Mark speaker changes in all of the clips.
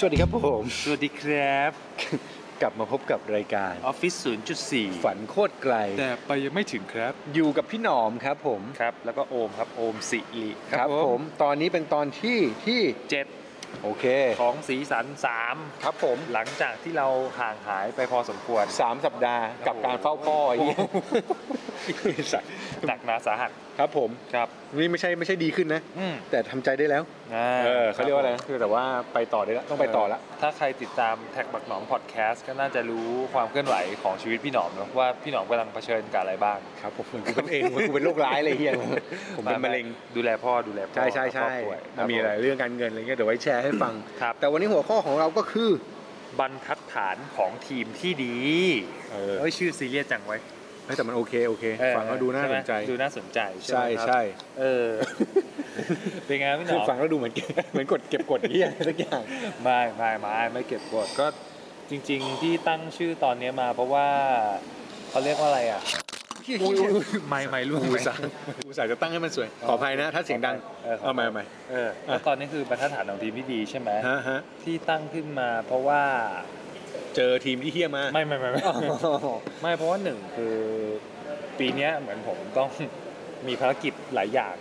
Speaker 1: สวัสดีครับผม
Speaker 2: สวัสดีครับ
Speaker 1: กลับมาพบกับรายการ
Speaker 2: ออฟฟิศ0.4
Speaker 1: ฝันโคตรไกล
Speaker 2: แต่ไปยังไม่ถึงครับ
Speaker 1: อยู่กับพี่หนอมครับผม
Speaker 2: ครับ แล้วก็โอมครับ โอมสิริ
Speaker 1: ครับผม ตอนนี้เป็นตอนที่ที่
Speaker 2: เจ็ด
Speaker 1: โอเค
Speaker 2: ของสีสัน 3
Speaker 1: ครับผม
Speaker 2: หลังจากที่เราห่างหายไปพอสมควร
Speaker 1: 3 สัปดาห์กับการเฝ้าพ่อไอ้เหี้ยสัตว์
Speaker 2: หนักหนาสาหัส
Speaker 1: ครับผม
Speaker 2: ครับ
Speaker 1: นี่ไม่ใช่ไม่ใช่ดีขึ้นนะ
Speaker 2: อืม
Speaker 1: แต่ทำใจได้แล้ว
Speaker 2: า
Speaker 1: เออเขาเรียกว่าอะไรนะคือแต่ว่าไปต่อได้แล้วต้องไปต่อแล้ว
Speaker 2: ถ้าใครติดตามแท็กบักหนอมพอดแคสต์ก็น่าจะรู้ความเคลื่อนไหวของชีวิตพี่หนอมเนอะว่าพี่หนอมกำลังเผชิญกับอะไรบ้าง
Speaker 1: ครับผมกูเป็นเองกูเป็นโรคร้ายเลยเฮีย ผมเป็นมะเร็ง
Speaker 2: ดูแลพ่อดูแลพ่อ
Speaker 1: ใช่ใช่ใช่
Speaker 2: ครอบครัวคบ
Speaker 1: มีอะไรเรื่องการเงินอะไรเงี้ยเดี๋ยวไว้แชร์ให้ฟัง
Speaker 2: ครับ
Speaker 1: แต่วันนี้หัวข้อของเราก็คือบ
Speaker 2: รรทัดฐานของทีมที่ดี
Speaker 1: เออ
Speaker 2: เอ้ยชื่อซีเรียสจังไว้ย
Speaker 1: เฮ้ยแต่มันโอเคโอเค
Speaker 2: เออ
Speaker 1: ฟังแล้วดูน่าส
Speaker 2: ช่
Speaker 1: น
Speaker 2: ไหม
Speaker 1: ใจ
Speaker 2: ดูน่าสนใจ
Speaker 1: ใช่
Speaker 2: ไหมครับ
Speaker 1: ใช่
Speaker 2: เออ เป็นไงพี่หน
Speaker 1: คือ
Speaker 2: อ
Speaker 1: ฟังแล้วดูเหมือน เหมือนกดเก็บกดเฮียสักอย่าง
Speaker 2: ไม่ไม่ไม่ไม่เก็บกดก็จริง ๆ ที่ตั้งชื่อตอนเนี้ยมาเพราะว่าเขาเรียกว่าอะไรอ่ะไม่ไม่รู้
Speaker 1: อุตส่าห์อุตส่าห์จะตั้งให้มันสวย ขออภัยนะ ถ้าเสียงดัง
Speaker 2: เออขอ
Speaker 1: เอาใหม่เอาใหม่
Speaker 2: เออแล้วตอนนี้คือบรรทัดฐานของทีมที่ดีใช่ไหม
Speaker 1: ฮะฮะ
Speaker 2: ที่ตั้งขึ้นมาเพราะว่า
Speaker 1: เจอทีมที่เฮียมา
Speaker 2: ไม่ไม่ไม่ไม่ ไม่เพราะว่าหนึ่งคือปีเนี้ยเหมือนผมต้อง มีภารกิจหลายอย่าง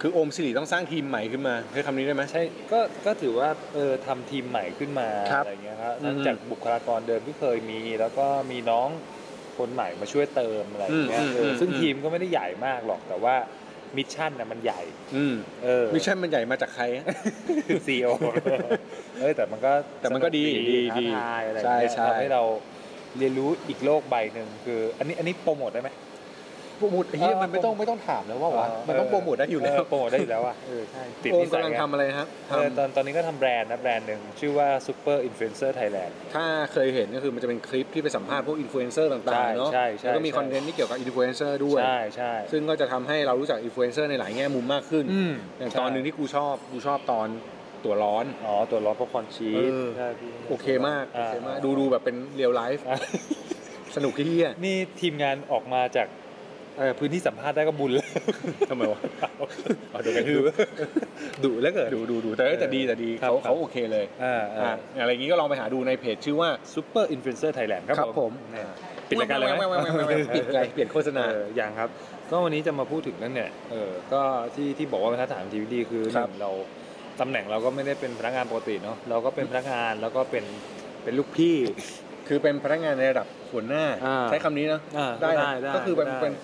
Speaker 1: คือโอมสิริต้องสร้างทีมใหม่ขึ้นมาใช้คำนี้ได้ไหม
Speaker 2: ใช่ก็ก็ถือว่าเออทำทีมใหม่ขึ้นมา
Speaker 1: ครับ
Speaker 2: อะไรเงี้ยครับ
Speaker 1: อืม
Speaker 2: ทั้งจากบุคลากรเดิมที่เคยมี แล้วก็มีน้องคนใหม่มาช่วยเติมอะไรเงี้ย
Speaker 1: อืมอืม
Speaker 2: เอออ
Speaker 1: ม
Speaker 2: ซึ่งทีมก็ไม่ได้ใหญ่มากหรอกแต่ว่ามิชชั่นน่ะมันใหญ่
Speaker 1: อืม
Speaker 2: เออ
Speaker 1: มิชชั่นมันใหญ่มาจากใครอะ
Speaker 2: ซีโอเออแต่มันก็
Speaker 1: แต่มันก็ดี
Speaker 2: ส
Speaker 1: ดีดี
Speaker 2: ท้าทายอะไร
Speaker 1: ใช่
Speaker 2: เงี้ย
Speaker 1: ใช่
Speaker 2: ทำให้เราเรียนรู้อีกโลกใบหนึ่งคือ อันนี้อันนี้โปรโมทได้ไหม
Speaker 1: โปรโมทเฮีย
Speaker 2: เออ
Speaker 1: มันไม่ต้องไม่ต้องถามแล้วว่าวะ
Speaker 2: เออ
Speaker 1: มันต้องโปรโมทได้อยู่แล้ว
Speaker 2: เโปรโมทได้อยู่แล้วอ่ะเออใช่ติด
Speaker 1: โอม
Speaker 2: นิสัย
Speaker 1: กำลัง
Speaker 2: ไง
Speaker 1: ทำอะไรนะครับ
Speaker 2: เออต
Speaker 1: ทำ
Speaker 2: อนตอนนี้ก็ทำแบรนด์นะแบรนด์หนึ่งชื่อว่า Super Influencer Thailand
Speaker 1: ถ้าเคยเห็นก็คือมันจะเป็นคลิปที่ไปสัมภาษณ์พวกอินฟลูเอนเซอร์ต่างๆเนาะ
Speaker 2: ใช่ใช่ใช่
Speaker 1: แล้วก็มีคอนเทนต์ที่เกี่ยวกับอินฟลูเอนเซอร์ด้วย
Speaker 2: ใช่ใช่
Speaker 1: ซึ่งก็จะทำให้เรารู้จักอินฟลูเอนเซอร์ในหลายแง่มุมมากขึ้น
Speaker 2: อืม
Speaker 1: อย่างตอนหนึ่งที่กูชอบกูชอบตอนตัวร้อน
Speaker 2: อ๋อตัวล็อกพวกคอนชี
Speaker 1: เอ
Speaker 2: ส
Speaker 1: อ
Speaker 2: ใช่พี่
Speaker 1: โอเคมากโอ
Speaker 2: อ่
Speaker 1: เคมากดูดูแบบเป็นเรียลไลฟ์
Speaker 2: อ่ะ
Speaker 1: สนุกที่เฮีย
Speaker 2: นี่ทีมงานออกมาจากเอ่อพื้นที่สัมภาษณ์ได้ก็บุญแล้ว
Speaker 1: ทำไมวะ
Speaker 2: เอาดูกันคือ
Speaker 1: ดูแล้วเกิดดูดูดูแต่เอ้ยแต่ดีแต่ดี
Speaker 2: ครับ
Speaker 1: เขา
Speaker 2: ครับ
Speaker 1: เขาโอเคเลย
Speaker 2: อ่าอ่า
Speaker 1: อ่ะอะไรอย่างงี้ก็ลองไปหาดูในเพจชื่อว่า
Speaker 2: ซูเปอร์อินฟลูเอนเซอร์ไทยแลนด์ครับ
Speaker 1: ครับผม
Speaker 2: เนี่ยปิดรายการเลยไหม
Speaker 1: แวแวแวแวแวแวปิดอะไรเปลี่ยนโฆษณา
Speaker 2: เอออย่างครับ ก็วันนี้จะมาพูดถึงนั่นเนี่ย เออ ก็ที่ที่บอกว่าบรรทัดฐานทีวีดีคือห
Speaker 1: ครั
Speaker 2: นึ่
Speaker 1: บ
Speaker 2: งเราตำแหน่งเราก็ไม่ได้เป็นพนักงานปกติเนาะ เราก็เป็นพนักงานแล้วก็เป็นเป็นลูกพี่
Speaker 1: คือเป็นพนักงานในระดับหัวหน้า
Speaker 2: อ่า
Speaker 1: ใช้คำนี้นะ
Speaker 2: อ่า
Speaker 1: ได้
Speaker 2: ได้
Speaker 1: นะ
Speaker 2: ได้
Speaker 1: ก็คือเป็น
Speaker 2: ได้
Speaker 1: เป็น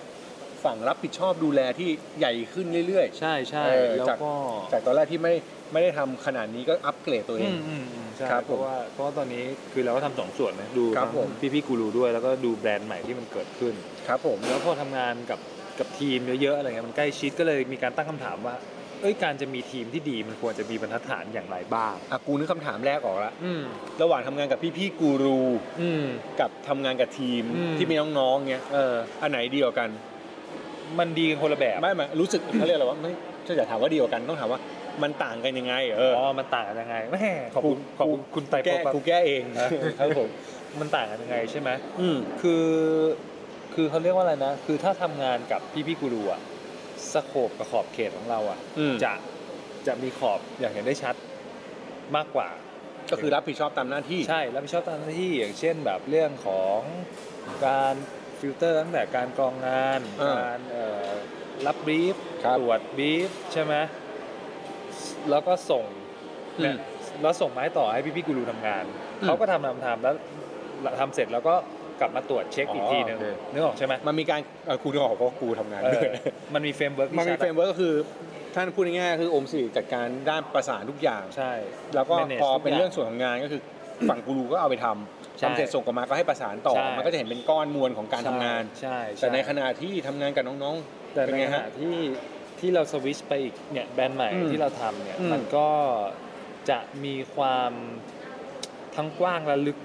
Speaker 1: ฝั่งรับผิดชอบดูแลที่ใหญ่ขึ้นเรื่อย
Speaker 2: ใช่ใช่
Speaker 1: เออ
Speaker 2: แล้ว
Speaker 1: จาก
Speaker 2: ก็
Speaker 1: ๆ จากตอนแรกที่ไม่ไม่ได้ทำขนาดนี้ก็อัปเกรดตัวเอ
Speaker 2: อื
Speaker 1: ง
Speaker 2: มอืมอืมใช่
Speaker 1: ครับ
Speaker 2: เพราะว่าเพราะว่าตอนนี้คือเราก็ทำสองส่วนนะดู
Speaker 1: ครับ
Speaker 2: ทั้ง
Speaker 1: ผม
Speaker 2: พี่พี่กูรูด้วยแล้วก็ดูแบรนด์ใหม่ที่มันเกิดขึ้น
Speaker 1: ครับผม
Speaker 2: แล้วพอทำงานกับกับทีมเยอะๆอะไรเงี้ยมันใกล้ชิดก็เลยมีการตั้งคำถามว่า เอ้ยการจะมีทีมที่ดีมันควรจะมีบรรทัดฐานอย่างไรบ้าง
Speaker 1: อากูนึกคำถามแรกออกละ
Speaker 2: อืม
Speaker 1: ระหว่างทำงานกับพี่ๆกูรู
Speaker 2: อืม
Speaker 1: กับทำงานกับทีม
Speaker 2: อืม
Speaker 1: ที่มีน้องๆเงี้ย
Speaker 2: เออ
Speaker 1: อันไหนดีกว่ากัน
Speaker 2: มันดีกันคนละแบบ
Speaker 1: ไม่ไม่รู้สึกเขาเรียกอะไรวะไม่จะอย่าถามว่าดีกว่ากันต้องถามว่ามันต่างกันยังไง เออ
Speaker 2: อ๋อ มันต่างกันยังไงแม่ขอบคุณ
Speaker 1: กู
Speaker 2: ขอบคุณคุณไตรภ
Speaker 1: แก้
Speaker 2: พครับ
Speaker 1: กูแก้เอง
Speaker 2: เออครับผม มันต่างกันยังไงใช่ไหม
Speaker 1: อืม
Speaker 2: คือ คือเขาเรียกว่าอะไรนะ คือถ้าทำงานกับพี่พี่ๆกูรูอะสโคปกับขอบเขตของเราอะ
Speaker 1: อืม
Speaker 2: จะ จะมีขอบอย่างเห็นได้ชัดมากกว่า
Speaker 1: ก็คือรับผิดชอบตามหน้าที่
Speaker 2: ใช่รับผิดชอบตามหน้าที่อย่างเช่นแบบเรื่องของการฟิลเตอร์ตั้งแต่การกรองงาน
Speaker 1: เออ
Speaker 2: การเอ่อรับบรีฟ
Speaker 1: ครับ
Speaker 2: ตรวจบรีฟใช่ไหมแล้วก็ส่ง
Speaker 1: อืม
Speaker 2: เนี่ยแล้วส่งไม้ต่อให้พี่พี่ๆกูรูทำงาน
Speaker 1: อืม
Speaker 2: เขาก็ทำทำทำแล้วทำเสร็จแล้วก็กลับมาตรวจเช็คอีกทีนึง
Speaker 1: อ๋อโอเค
Speaker 2: นึกออกใช่ไหม
Speaker 1: มันมีการเอ่อกูนึกออกเพราะกูทำงาน
Speaker 2: เอ
Speaker 1: ด้
Speaker 2: อ
Speaker 1: วย
Speaker 2: มันมีเฟรมเวิร์ก
Speaker 1: มันมี
Speaker 2: ที่ชัด
Speaker 1: เฟรมเวิร์กก็คือท่านพูดง่ายๆคืออมสิริจัดการด้านประสานทุกอย่าง
Speaker 2: ใช่
Speaker 1: แล้วก็
Speaker 2: manage
Speaker 1: พอเป็น
Speaker 2: ทุกย่า
Speaker 1: เรื่องส่วนของงานก็คือ ฝั่งกูรูก็เอาไปทำ
Speaker 2: ใช่
Speaker 1: ทำเสร็จส่งกลับมาก็ให้ประสานต่อ
Speaker 2: ใช่
Speaker 1: มันก็จะเห็นเป็นก้อนมวลของการทำงาน
Speaker 2: ใช่ช่ช่
Speaker 1: แต่ในขณะที่ทำงานกับน้องๆ
Speaker 2: แต่
Speaker 1: เป็
Speaker 2: ใน
Speaker 1: นไง
Speaker 2: ขณะ
Speaker 1: ฮะ
Speaker 2: ที่ที่เราสวิตชไปอีกเนี่ยแบรนด์ใหม่
Speaker 1: อืม
Speaker 2: ที่เราทำเนี่ย
Speaker 1: อืม
Speaker 2: มันก็จะมีความ ทั้งกว้างและลึก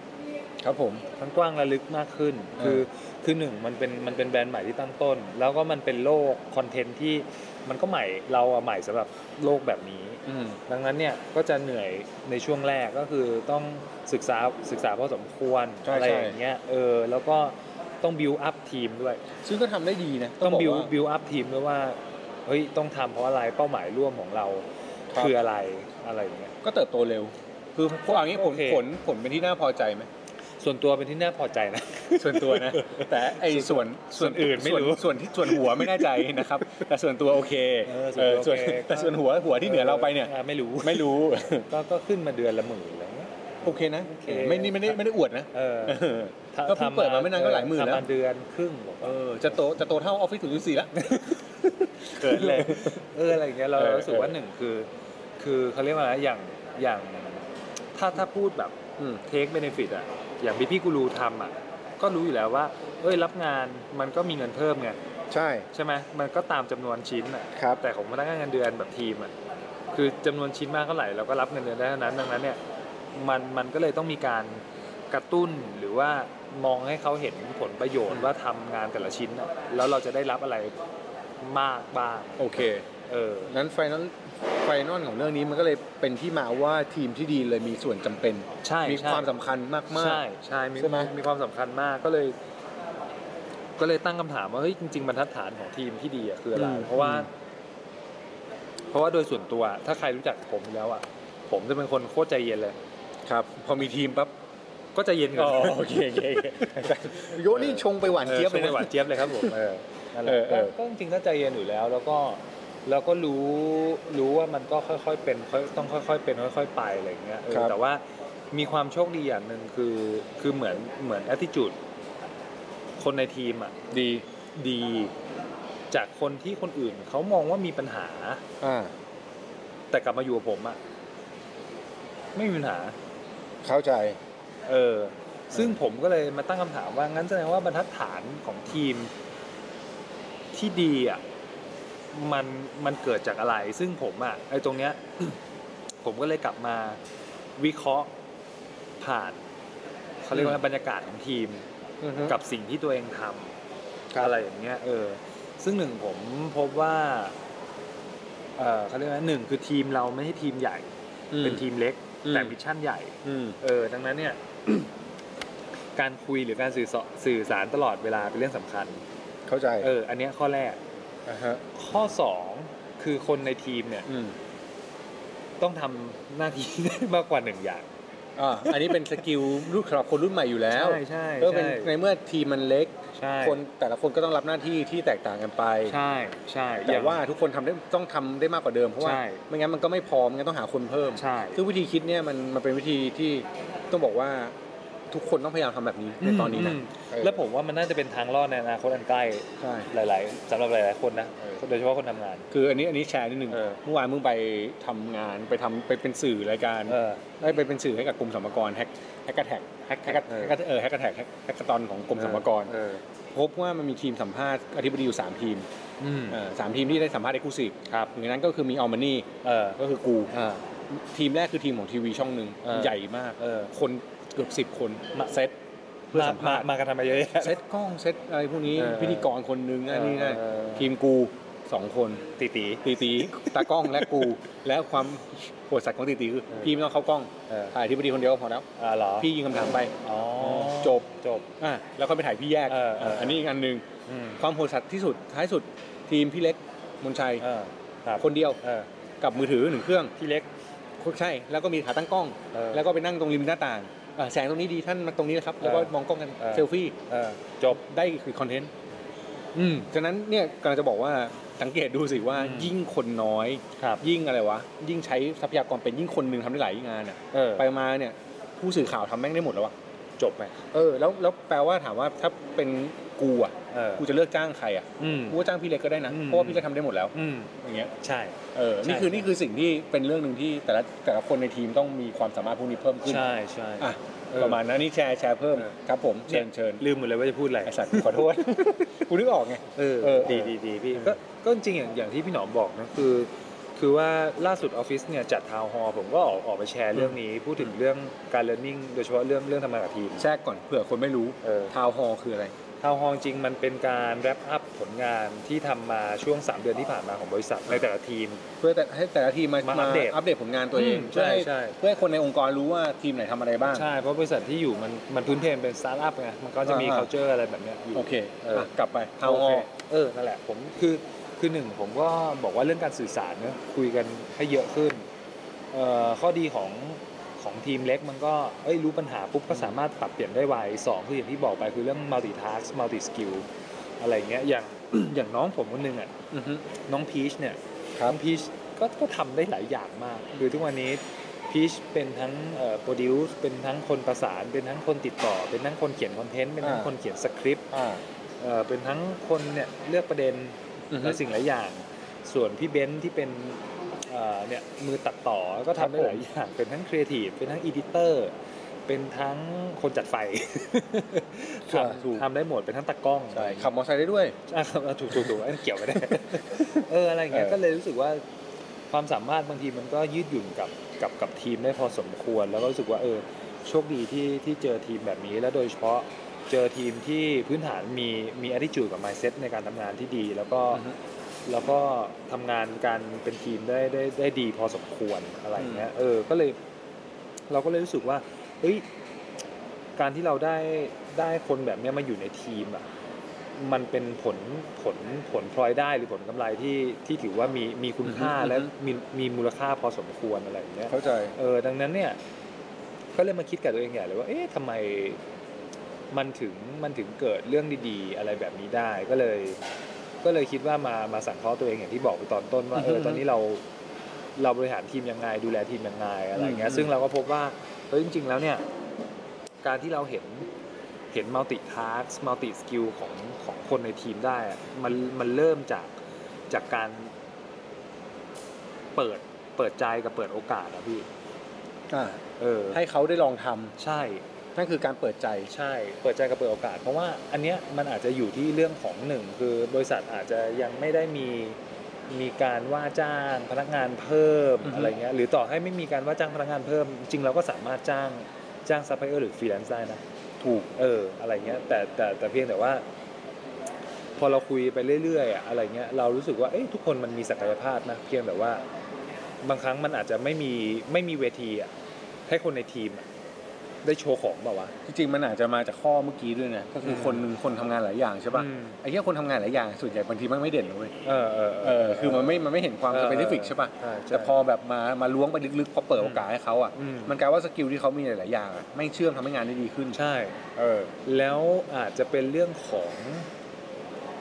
Speaker 1: ครับผม
Speaker 2: ทั้งกว้างและลึกมากขึ้น
Speaker 1: เออ
Speaker 2: คือคือหนึ่งมันเป็นมันเป็นแบรนด์ใหม่ที่ตั้งต้น แล้วก็มันเป็นโลกคอนเทนต์ที่มันก็ใหม่เราอะใหม่สำหรับโลกแบบนี้
Speaker 1: อืม
Speaker 2: ดังนั้นเนี่ยก็จะเหนื่อยในช่วงแรกก็คือต้องศึกษาศึกษาพอสมควร
Speaker 1: ใช่
Speaker 2: อะไร
Speaker 1: ใช่
Speaker 2: อย่างเงี้ยเออแล้วก็ต้องบิวอัพทีมด้วย
Speaker 1: ซึ่งก็ทำได้ดีนะ
Speaker 2: ต้อง
Speaker 1: บก
Speaker 2: บิว
Speaker 1: ว่า
Speaker 2: บิวอัพทีมด้วยว่าเฮ้ยต้องทำเพราะอะไรเป้าหมายร่วมของเรา
Speaker 1: ครับ
Speaker 2: คืออะไรอะไรอย่างเงี้ย
Speaker 1: ก็เติบโตเร็ว คือพวกอย่างนี้ผล
Speaker 2: โอเค
Speaker 1: ผลผลเป็นที่น่าพอใจไหม
Speaker 2: ส่วนตัวเป็นที่น่าพอใจนะ
Speaker 1: ส่วนตัว นะ แต่ไอ้ส่วน
Speaker 2: ส่วนอื่นไม่รู้
Speaker 1: ส่วนที่ส่วนหัวไม่แน่ใจ นะครับ แต่ส่วนตัวโอเค
Speaker 2: เออส่วนตัว
Speaker 1: เออส่วน
Speaker 2: โอเค
Speaker 1: แต่ส่วนหัวหัวที่เหนือเราไปเนี่ย
Speaker 2: อ่ไม่รู้
Speaker 1: ไม่รู้
Speaker 2: ก็ก็ขึ้นมาเดือนละหมื่นอะไรเงี้ย
Speaker 1: โอเคนะ
Speaker 2: โอเค
Speaker 1: ไม่นี่ไม่ได้ไม่ได้อวดนะ
Speaker 2: เออ
Speaker 1: เออ
Speaker 2: ถ้า
Speaker 1: ก็เพิ่ง
Speaker 2: ทำ
Speaker 1: เปิดมาไม่นานก็หลายหมื่นแล้ว
Speaker 2: ทำมาเดือนครึ่งบอก
Speaker 1: เอ
Speaker 2: ว่า
Speaker 1: อจะโตจะโตเท่าออฟฟิศศูนย์สี่ละ
Speaker 2: เกินเลยเอออะไรอย่างเงี้ยเรา
Speaker 1: เออ
Speaker 2: รู้สึกว่าหนึ่งคือ คือเขาเรียกว่าอะไรอย่างอย่างถ้าถ้าพูดแบบ
Speaker 1: อืม
Speaker 2: เทคเบเนฟิตอ่ะอย่างพี่พี่กูรูทำอ่ะก็รู้อยู่แล้วว่า เอ้ยรับงานมันก็มีเงินเพิ่มไง
Speaker 1: ใช่
Speaker 2: ใช่ไหมมันก็ตามจำนวนชิ้นอ่ะ
Speaker 1: ครับ
Speaker 2: แต่ของพนักงานเงินเดือนแบบทีมอ่ะคือจำนวนชิ้นมากเท่าไหร่เราก็รับเงินเดือนได้เท่านั้นดังนั้นเนี่ยมันมันก็เลยต้องมีการกระตุ้นหรือว่ามองให้เขาเห็นผลประโยชน์ว่าทำงานแต่ละชิ้นน่ะแล้วเราจะได้รับอะไรมากบ้าง
Speaker 1: โอเค
Speaker 2: เออ
Speaker 1: นั้นไฟนอลไฟนอลของเรื่องนี้มันก็เลยเป็นที่มาว่าทีมที่ดีเลยมีส่วนจำเป็น
Speaker 2: ใช่
Speaker 1: มี
Speaker 2: ใช่
Speaker 1: ความสำคัญมากๆ
Speaker 2: ใช่ใช่มี
Speaker 1: ใช่ไหม
Speaker 2: มีความสำคัญมากก็เลย ก็เลยตั้งคำถามว่าเฮ้ยจริง ๆบรรทัดฐานของทีมที่ดีอะคืออะไรเพราะว่า เพราะว่าโดยส่วนตัวถ้าใครรู้จักผมอยู่แล้วอ่ะผมจะเป็นคนโคตรใจเย็นเลย
Speaker 1: ครับ พอมีทีมปั๊บ
Speaker 2: ก็ใจเย็นก่อน
Speaker 1: โอเคโอเคโยนี่ชงไปหวานเจี๊ยบเลย
Speaker 2: ออช่ว
Speaker 1: นะ
Speaker 2: งหวานเจี๊ยบเลยครับผมเออนั่นแหละ
Speaker 1: เออเออ
Speaker 2: ก็ก็จริงๆก็ใจเย็นอยู่แล้ว แล้วก็แล้วก็รู้รู้ว่ามันก็ค่อยๆเป็นค่อยต้องค่อย ๆ เป็นค่อย ๆ ไปอะไรอย่างเงี้ยเออ
Speaker 1: ครับ
Speaker 2: แต่ว่ามีความโชคดีอย่างหนึ่งคือคือเหมือนเหมือน attitude คนในทีมอ่ะ
Speaker 1: ดี
Speaker 2: ดี จากคนที่คนอื่นเขามองว่ามีปัญหา
Speaker 1: อ่า
Speaker 2: แต่กลับมาอยู่กับผมอ่ะไม่มีปัญหา
Speaker 1: เข้าใจ
Speaker 2: เออ ซึ่งผมก็เลยมาตั้งคำถามว่า งั้นแสดงว่าบรรทัดฐานของทีมที่ดีอ่ะ มัน มันเกิดจากอะไร ซึ่งผมอ่ะ ไอ้ตรงเนี้ย ผมก็เลยกลับมาวิเคราะห์ผ่านเขาเรียก
Speaker 1: อื
Speaker 2: ว่า
Speaker 1: ม
Speaker 2: บรรยากาศของทีม กับสิ่งที่ตัวเองท
Speaker 1: ครับ
Speaker 2: ำอะไรอย่างเงี้ย เออ ซึ่งหนึ่งผมพบว่า เออเขาเรียกว่าหนึ่งคือทีมเราไม่ใช่ทีมใหญ่ เป็นทีมเล็ก
Speaker 1: อืม
Speaker 2: แต่มิชชั่นใหญ่
Speaker 1: อืม
Speaker 2: เออ ดังนั้นเนี่ย การคุยหรือการสื่อสารสื่อสารตลอดเวลาเป็นเรื่องสำคัญ
Speaker 1: เข้าใจ
Speaker 2: เออ อันเนี้ยข้อแรก
Speaker 1: อ่าฮะ
Speaker 2: ข้อสองคือคนในทีมเนี่ย
Speaker 1: อืม
Speaker 2: ต้องทำหน้าที่ ได้มากกว่าหนึ่งอย่าง
Speaker 1: อ่าอันนี้เป็นสกิลรุ่นสำหรับคนรุ่นใหม่อยู่แล้ว
Speaker 2: ใช่ใช่
Speaker 1: ก็เป็นในเมื่อทีมมันเล็ก
Speaker 2: ใช่
Speaker 1: คนแต่ละคนก็ต้องรับหน้าที่ที่แตกต่างกันไป
Speaker 2: ใช่ใช่อ
Speaker 1: แต่
Speaker 2: ย่ง
Speaker 1: ว่าทุกคนทำได้ต้องทำได้มากกว่าเดิมเพราะว่า
Speaker 2: ใช่
Speaker 1: ไม่งั้นมันก็ไม่พอมันก็ต้องหาคนเพิ่ม
Speaker 2: ใช่
Speaker 1: คือวิธีคิดเนี่ยมันมันเป็นวิธีที่ต้องบอกว่าทุกคนต้องพยายามทำแบบนี้ในตอนนี้นะ
Speaker 2: ม
Speaker 1: เออ
Speaker 2: แล้วผมว่ามันน่าจะเป็นทางรอดในอนาคตอันใกล้
Speaker 1: ใช่
Speaker 2: หลาย ๆสำหรับหลาย ๆ คนนะ โดยเฉพาะคนทำงาน
Speaker 1: คืออันนี้อันนี้แชร์นิดหนึ่ง
Speaker 2: เออ
Speaker 1: เมื่อวานมึงไปทำงานไปทำไปเป็นสื่อรายการ
Speaker 2: เออ
Speaker 1: ได้ไปเป็นสื่อให้กับกรมสรรพากรแฮกแฮกแท็กแฮกแฮก
Speaker 2: เออ
Speaker 1: เออแฮกแท็กแฮกตอนของกรมสรรพากร
Speaker 2: เออ
Speaker 1: พบว่ามันมีทีมสัมภาษณ์อธิบดีอยู่สามทีม
Speaker 2: อืม
Speaker 1: เออสามทีมที่ได้สัมภาษณ์เอ็กซ์คลูซีฟ
Speaker 2: ครับ
Speaker 1: หนึ่งในนั้นก็คือมีออมานี่
Speaker 2: เออ
Speaker 1: ก็คือกู
Speaker 2: อ่า
Speaker 1: ทีมแรกคือทีมของทีวีช่องหนึ่ง
Speaker 2: เออ
Speaker 1: ใหญ่มาก
Speaker 2: เออ
Speaker 1: คนเกือบสิบ10 คน
Speaker 2: มา
Speaker 1: เซตเพื่อสัมภาษณ์
Speaker 2: มกันทำไมเยอะแยะ
Speaker 1: เซตกล้องเซตอะไรพวกนี้
Speaker 2: เออ
Speaker 1: พิธีกรคนหนึงอันนี้นั่น
Speaker 2: เออ
Speaker 1: ทีมกูสองคน
Speaker 2: ตีตี
Speaker 1: ตีตีตากล้องและกู และความโหดสัตว์ของตีตีคือ
Speaker 2: เออ
Speaker 1: พี่ไม่ต้องเข้ากล้อง
Speaker 2: เออ
Speaker 1: ถ่ายที่พอดีคนเดียวก็พอแล้ว
Speaker 2: อ่าเหรอ
Speaker 1: พี่ยิงคำถามไป
Speaker 2: อ๋อ
Speaker 1: จบ
Speaker 2: จบ
Speaker 1: อ่ะแล้วก็ไปถ่ายพี่แยก
Speaker 2: เออเออ
Speaker 1: เอออันนี้อีกอันหนึ่ง
Speaker 2: อืม
Speaker 1: ความโหดสัตว์ที่สุดท้ายสุดทีมพี่เล็กมนชัย
Speaker 2: เออครับ
Speaker 1: คนเดียว
Speaker 2: เออ
Speaker 1: กับมือถือหนึ่งเครื่อง
Speaker 2: พี่เล็ก
Speaker 1: ใช่ แล้วก็มีขาตั้งกล้อง
Speaker 2: เออ
Speaker 1: แล้วก็ไปนั่งตรงริมหน้าต่างอ่ะแสงตรงนี้ดีท่านมาตรงนี้นะครับ แล้วก็
Speaker 2: เออ
Speaker 1: มองกล้องกัน
Speaker 2: เออ
Speaker 1: เซลฟี่
Speaker 2: เออจบ
Speaker 1: ได้คือคอนเทนต์อืมฉะนั้นเนี่ยกำลังจะบอกว่าสังเกตดูสิว่า
Speaker 2: อืม
Speaker 1: ยิ่งคนน้อย
Speaker 2: ครับ
Speaker 1: ยิ่งอะไรวะ ยิ่งใช้ทรัพยากรเป็นยิ่งคนหนึ่งทำได้หลายงานอ่ะ
Speaker 2: เออ
Speaker 1: ไปมาเนี่ย ผู้สื่อข่าวทำแม่งได้หมดแล้วอะ
Speaker 2: จบไหม
Speaker 1: เออแล้วแล้วแปลว่าถามว่าถ้าเป็นกูอ่ะ
Speaker 2: เออ
Speaker 1: กูจะเลือกจ้างใครอ่ะ
Speaker 2: อืม
Speaker 1: กูก็จ้างพี่เล็กก็ได้นะ
Speaker 2: อืม
Speaker 1: เพราะว่าพี่เล็กทำได้หมดแล้ว
Speaker 2: อืม
Speaker 1: อย่างเงี้ย
Speaker 2: ใช่
Speaker 1: เออนี่
Speaker 2: ใช่
Speaker 1: คือนี่คือสิ่งที่เป็นเรื่องหนึ่งที่แต่ละแต่ละคนในทีมต้องมีความสามารถพวกนี้เพิ่มขึ้น
Speaker 2: ใช่ใช่
Speaker 1: อ่ะ
Speaker 2: เออ
Speaker 1: ประมาณนั้นนี่แชร์แชร์เพิ่ม
Speaker 2: เออ
Speaker 1: ครับผมเชิญเชิญ
Speaker 2: ลืมหมดเลยว่าจะพูดอะไร
Speaker 1: ไอสัตว์ขอโท ษ กูนึกออกไง
Speaker 2: เออ
Speaker 1: เออ
Speaker 2: ดีดีดีพี่
Speaker 1: เออ
Speaker 2: ก็ก็จริงๆอย่างอย่างที่พี่หนอมบอกนะคือ ค คือว่าล่าสุดออฟฟิศเนี่ยจัดทาวน์ฮอลผมก็ออกออกไปแชร์เรื่องนี้ พูดถึงเรื่องการ learning โดยเฉพาะเรื่องเรื่องทำงานกับทีม
Speaker 1: แทรกก่อนเผื่อคนไม่รู้
Speaker 2: เออ
Speaker 1: ทาวน์ฮอลล์คืออะไร
Speaker 2: ทาวน์ฮอลล์จริงมันเป็นการแรปอัพผลงานที่ทำมาช่วง 3 เดือนที่ผ่านมาของบริษัทในแต่ละทีม
Speaker 1: เพื่อแต่ให้แต่ละทีมมา
Speaker 2: มาอั
Speaker 1: มา
Speaker 2: ปเดต
Speaker 1: อัปเดตผลงานตัวเอง
Speaker 2: อืม
Speaker 1: เพื่อห้
Speaker 2: ใช่ใช่
Speaker 1: เพื่อให้คนในองค์กรรู้ว่าทีมไหนทำอะไรบ้าง
Speaker 2: ใช่ เพราะบริษัทที่อยู่มันมันพื้นเพนเป็นสตาร์ทอัพไงมันก็จะมี
Speaker 1: อ่า
Speaker 2: culture อะไรแบบเนี้ยอยู่
Speaker 1: โอเค
Speaker 2: เออ
Speaker 1: อ่ะกลับไปทาว
Speaker 2: โอ
Speaker 1: น์ฮอ
Speaker 2: เค
Speaker 1: ลล์
Speaker 2: เออนั่นแหละผมคือคือหนึ่งผมก็บอกว่าเรื่องการสื่อสารเนอะคุยกันให้เยอะขึ้นเอ่อข้อดีของของทีมเล็กมันก็เอ้ยรู้ปัญหาปุ๊บก็สามารถปรับเปลี่ยนได้ไวสองคืออย่างที่บอกไปคือเรื่อง multi task multi skill อะไรอย่างเงี้ยอย่าง อย่างน้องผมคนหนึงอ่ะ
Speaker 1: อือฮึ
Speaker 2: น้องพีชเนี่ย
Speaker 1: ครับ
Speaker 2: น้องพีชก็ก็ทำได้หลายอย่างมาก คือทุกวันนี้พีชเป็นทั้งโปรดิวส์เป็นทั้งคนประสาน เป็นทั้งคนติดต่อ เป็นทั้งคนเขียนคอนเทนต์ เป็นทั้ง
Speaker 1: อ่า
Speaker 2: คนเขียนสคริปต์
Speaker 1: อ่า
Speaker 2: เอ่อเป็นทั้งคนเนี่ยเลือกประเด็น
Speaker 1: อือฮึ
Speaker 2: หลายสิ่งหลายอย่าง ส่วนพี่เบนซ์ที่เป็นเอ่อเนี่ยมือตัดต่อก็
Speaker 1: ครับ
Speaker 2: ทำได้
Speaker 1: ผม
Speaker 2: หลายอย่าง เป็นทั้งครีเอทีฟ เป็นทั้งอีดิเตอร์ เป็นทั้งคนจัดไฟ ทำทำได้หมด เป็นทั้งตากล้อง
Speaker 1: ใช่ขับมอเตอร์ไซค์ได้ด้วย
Speaker 2: อ่ะครับอ่ะถูกถูกถูกอันนเกี่ย วไม่ได้ เอออะไรอย่างเงี้ย
Speaker 1: เออ
Speaker 2: ก็เลยรู้สึกว่าความสามารถบางทีมันก็ยืดหยุ่นกับกับกับทีมได้พอสมควร แล้วก็รู้สึกว่าเออโชคดีที่ที่เจอทีมแบบนี้ แล้วโดยเฉพาะเจอทีมที่พื้นฐานมีมี attitude กับ mindset ในการทำงานที่ดี แล้วก็แล้วก็ทำงานกันเป็นทีมได้ได้ได้ดีพอสมควรอะไรอย่างเงี้ยเออก็เลย เราก็เลยรู้สึกว่าเอ้ย การที่เราได้ได้คนแบบเนี้ยมาอยู่ในทีมอ่ะ มันเป็นผลผลผลพลอยได้หรือผลกำไรที่ที่ถือว่ามีมีคุณค่า
Speaker 1: อือฮึ
Speaker 2: และมีมีมูลค่าพอสมควรอะไรอย่างเงี้ย
Speaker 1: เข้าใจ
Speaker 2: เออดังนั้นเนี่ยก็เลยมาคิดกับตัวเองใหญ่เลยว่า เอ๊ะทำไมมันถึงมันถึงเกิดเรื่องดีๆ อะไรแบบนี้ได้ก็เลย ก็เลยคิดว่ามามาสังเคราะห์ตัวเองอย่างที่บอกไปตอนต้นว่าเอ
Speaker 1: อื
Speaker 2: อ
Speaker 1: อฮึ
Speaker 2: ตอนนี้เราเราบริหารทีมยังไง ดูแลทีมยังไงอะไรอย่างเงี้
Speaker 1: อื
Speaker 2: ย
Speaker 1: ม
Speaker 2: ซึ่งเราก็พบว่าเฮ้ยจริง ๆ แล้วเนี่ยการที่เราเห็นเห็นมัลติทาร์กมัลติสกิลของของคนในทีมได้อะมันมันเริ่มจากจากการ เปิดเปิดใจกับเปิดโอกาสอะพี่
Speaker 1: อ่า
Speaker 2: เออ
Speaker 1: ให้เขาได้ลองทำ
Speaker 2: ใช่
Speaker 1: นั่นคือการเปิดใจ
Speaker 2: ใช่ เปิดใจกับเปิดโอกาส เพราะว่าอันเนี้ยมันอาจจะอยู่ที่เรื่องของหนึ่งคือบริษัทอาจจะยังไม่ได้มีมีการว่าจ้างพนักงานเพิ่ม
Speaker 1: อือฮึ
Speaker 2: อะไรเงี้ยหรือต่อให้ไม่มีการว่าจ้างพนักงานเพิ่ม จริงเราก็สามารถจ้างจ้างซัพพลายเออร์หรือฟรีแลนซ์ได้นะ
Speaker 1: ถูก
Speaker 2: เอออะไรเงี้ยแต่แต่แต่เพียงแต่ว่า พอเราคุยไปเรื่อยๆอะอะไรเงี้ยเรารู้สึกว่าเอ้ยทุกคนมันมีศักยภาพนะเพียงแต่ว่า บางครั้งมันอาจจะไม่มีไม่มีเวทีอะให้คนในทีมอะได้โชว์ของเปล่าวะ
Speaker 1: จริงๆมันอาจจะมาจากข้อเมื่อกี้ด้วยนะก็คืออ
Speaker 2: ม
Speaker 1: คนหนึ่งคนทำงานหลายอย่างใช่ป่ะ
Speaker 2: อืม
Speaker 1: ไอ้เหี้ยคนทำงานหลายอย่างส่วนใหญ่บางทีมันไม่เด่นเลย
Speaker 2: เออเออ
Speaker 1: เออคือมันไม่มันไม่เห็นความสเปซิฟิกใช่ป่ะ
Speaker 2: ใช่ใช่
Speaker 1: แต่พอแบบมามาล้วงไปลึกๆพอเปิดโอกาสให้เขาอ่ะ
Speaker 2: อืม
Speaker 1: มันกลายว่าสกิลที่เขามีหลายๆอย่างอะไม่งเชื่อมทำให้งานได้ดีขึ้น
Speaker 2: ใช่
Speaker 1: เออ
Speaker 2: แล้วอาจจะเป็นเรื่องของ